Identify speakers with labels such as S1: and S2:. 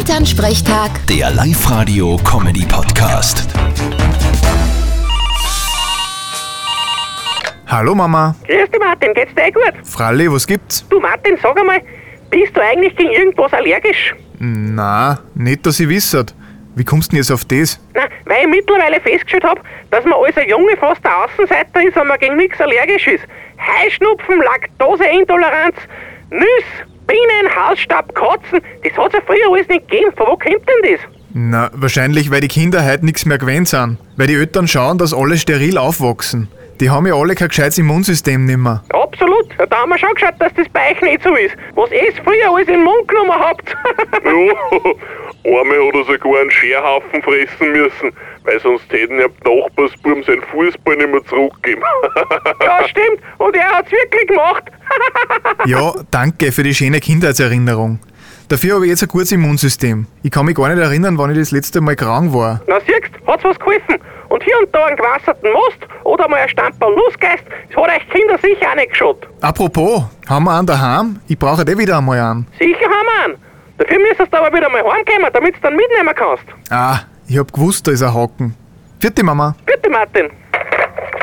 S1: Elternsprechtag,
S2: Der Live-Radio-Comedy-Podcast.
S3: Hallo Mama.
S4: Grüß dich, Martin. Geht's dir eh gut?
S3: Fralli, was gibt's?
S4: Du, Martin, sag einmal, bist du eigentlich gegen irgendwas allergisch?
S3: Na, nicht, dass ich wisset. Wie kommst denn jetzt auf das?
S4: Na, weil ich mittlerweile festgestellt habe, dass man als ein Junge fast der Außenseiter ist, wenn man gegen nichts allergisch ist. Heuschnupfen, Laktoseintoleranz, Nüsse, Bienen, Hausstab, Katzen, das hat's ja früher alles nicht gegeben. Von wo kommt denn das?
S3: Na, wahrscheinlich, weil die Kinder heute nichts mehr gewöhnt sind. Weil die Eltern schauen, dass alle steril aufwachsen. Die haben ja alle kein gescheites Immunsystem nimmer.
S4: Absolut. Ja, da haben wir schon geschaut, dass das bei euch nicht so ist. Was ihr früher alles in den Mund genommen habt.
S5: Ja, einmal hat er sogar einen Scherhaufen fressen müssen, weil sonst hätten ja die Nachbarsbuben seinen Fußball nicht mehr zurückgeben.
S4: ja, stimmt. Und er hat's wirklich gemacht.
S3: Ja, danke für die schöne Kindheitserinnerung. Dafür habe ich jetzt ein gutes Immunsystem. Ich kann mich gar nicht erinnern, wann ich das letzte Mal krank war.
S4: Na siehst, hat's was geholfen. Und hier und da einen gewasserten Most oder mal ein Stamperl Nussgeist, das hat euch Kinder sicher auch nicht geschaut.
S3: Apropos, haben wir einen daheim? Ich brauche eh wieder einmal einen.
S4: Sicher haben wir einen. Dafür müsstest du aber wieder mal heimkommen, damit du dann mitnehmen kannst.
S3: Ah, ich hab gewusst, da ist ein Haken. Vierte Mama.
S4: Bitte, Martin.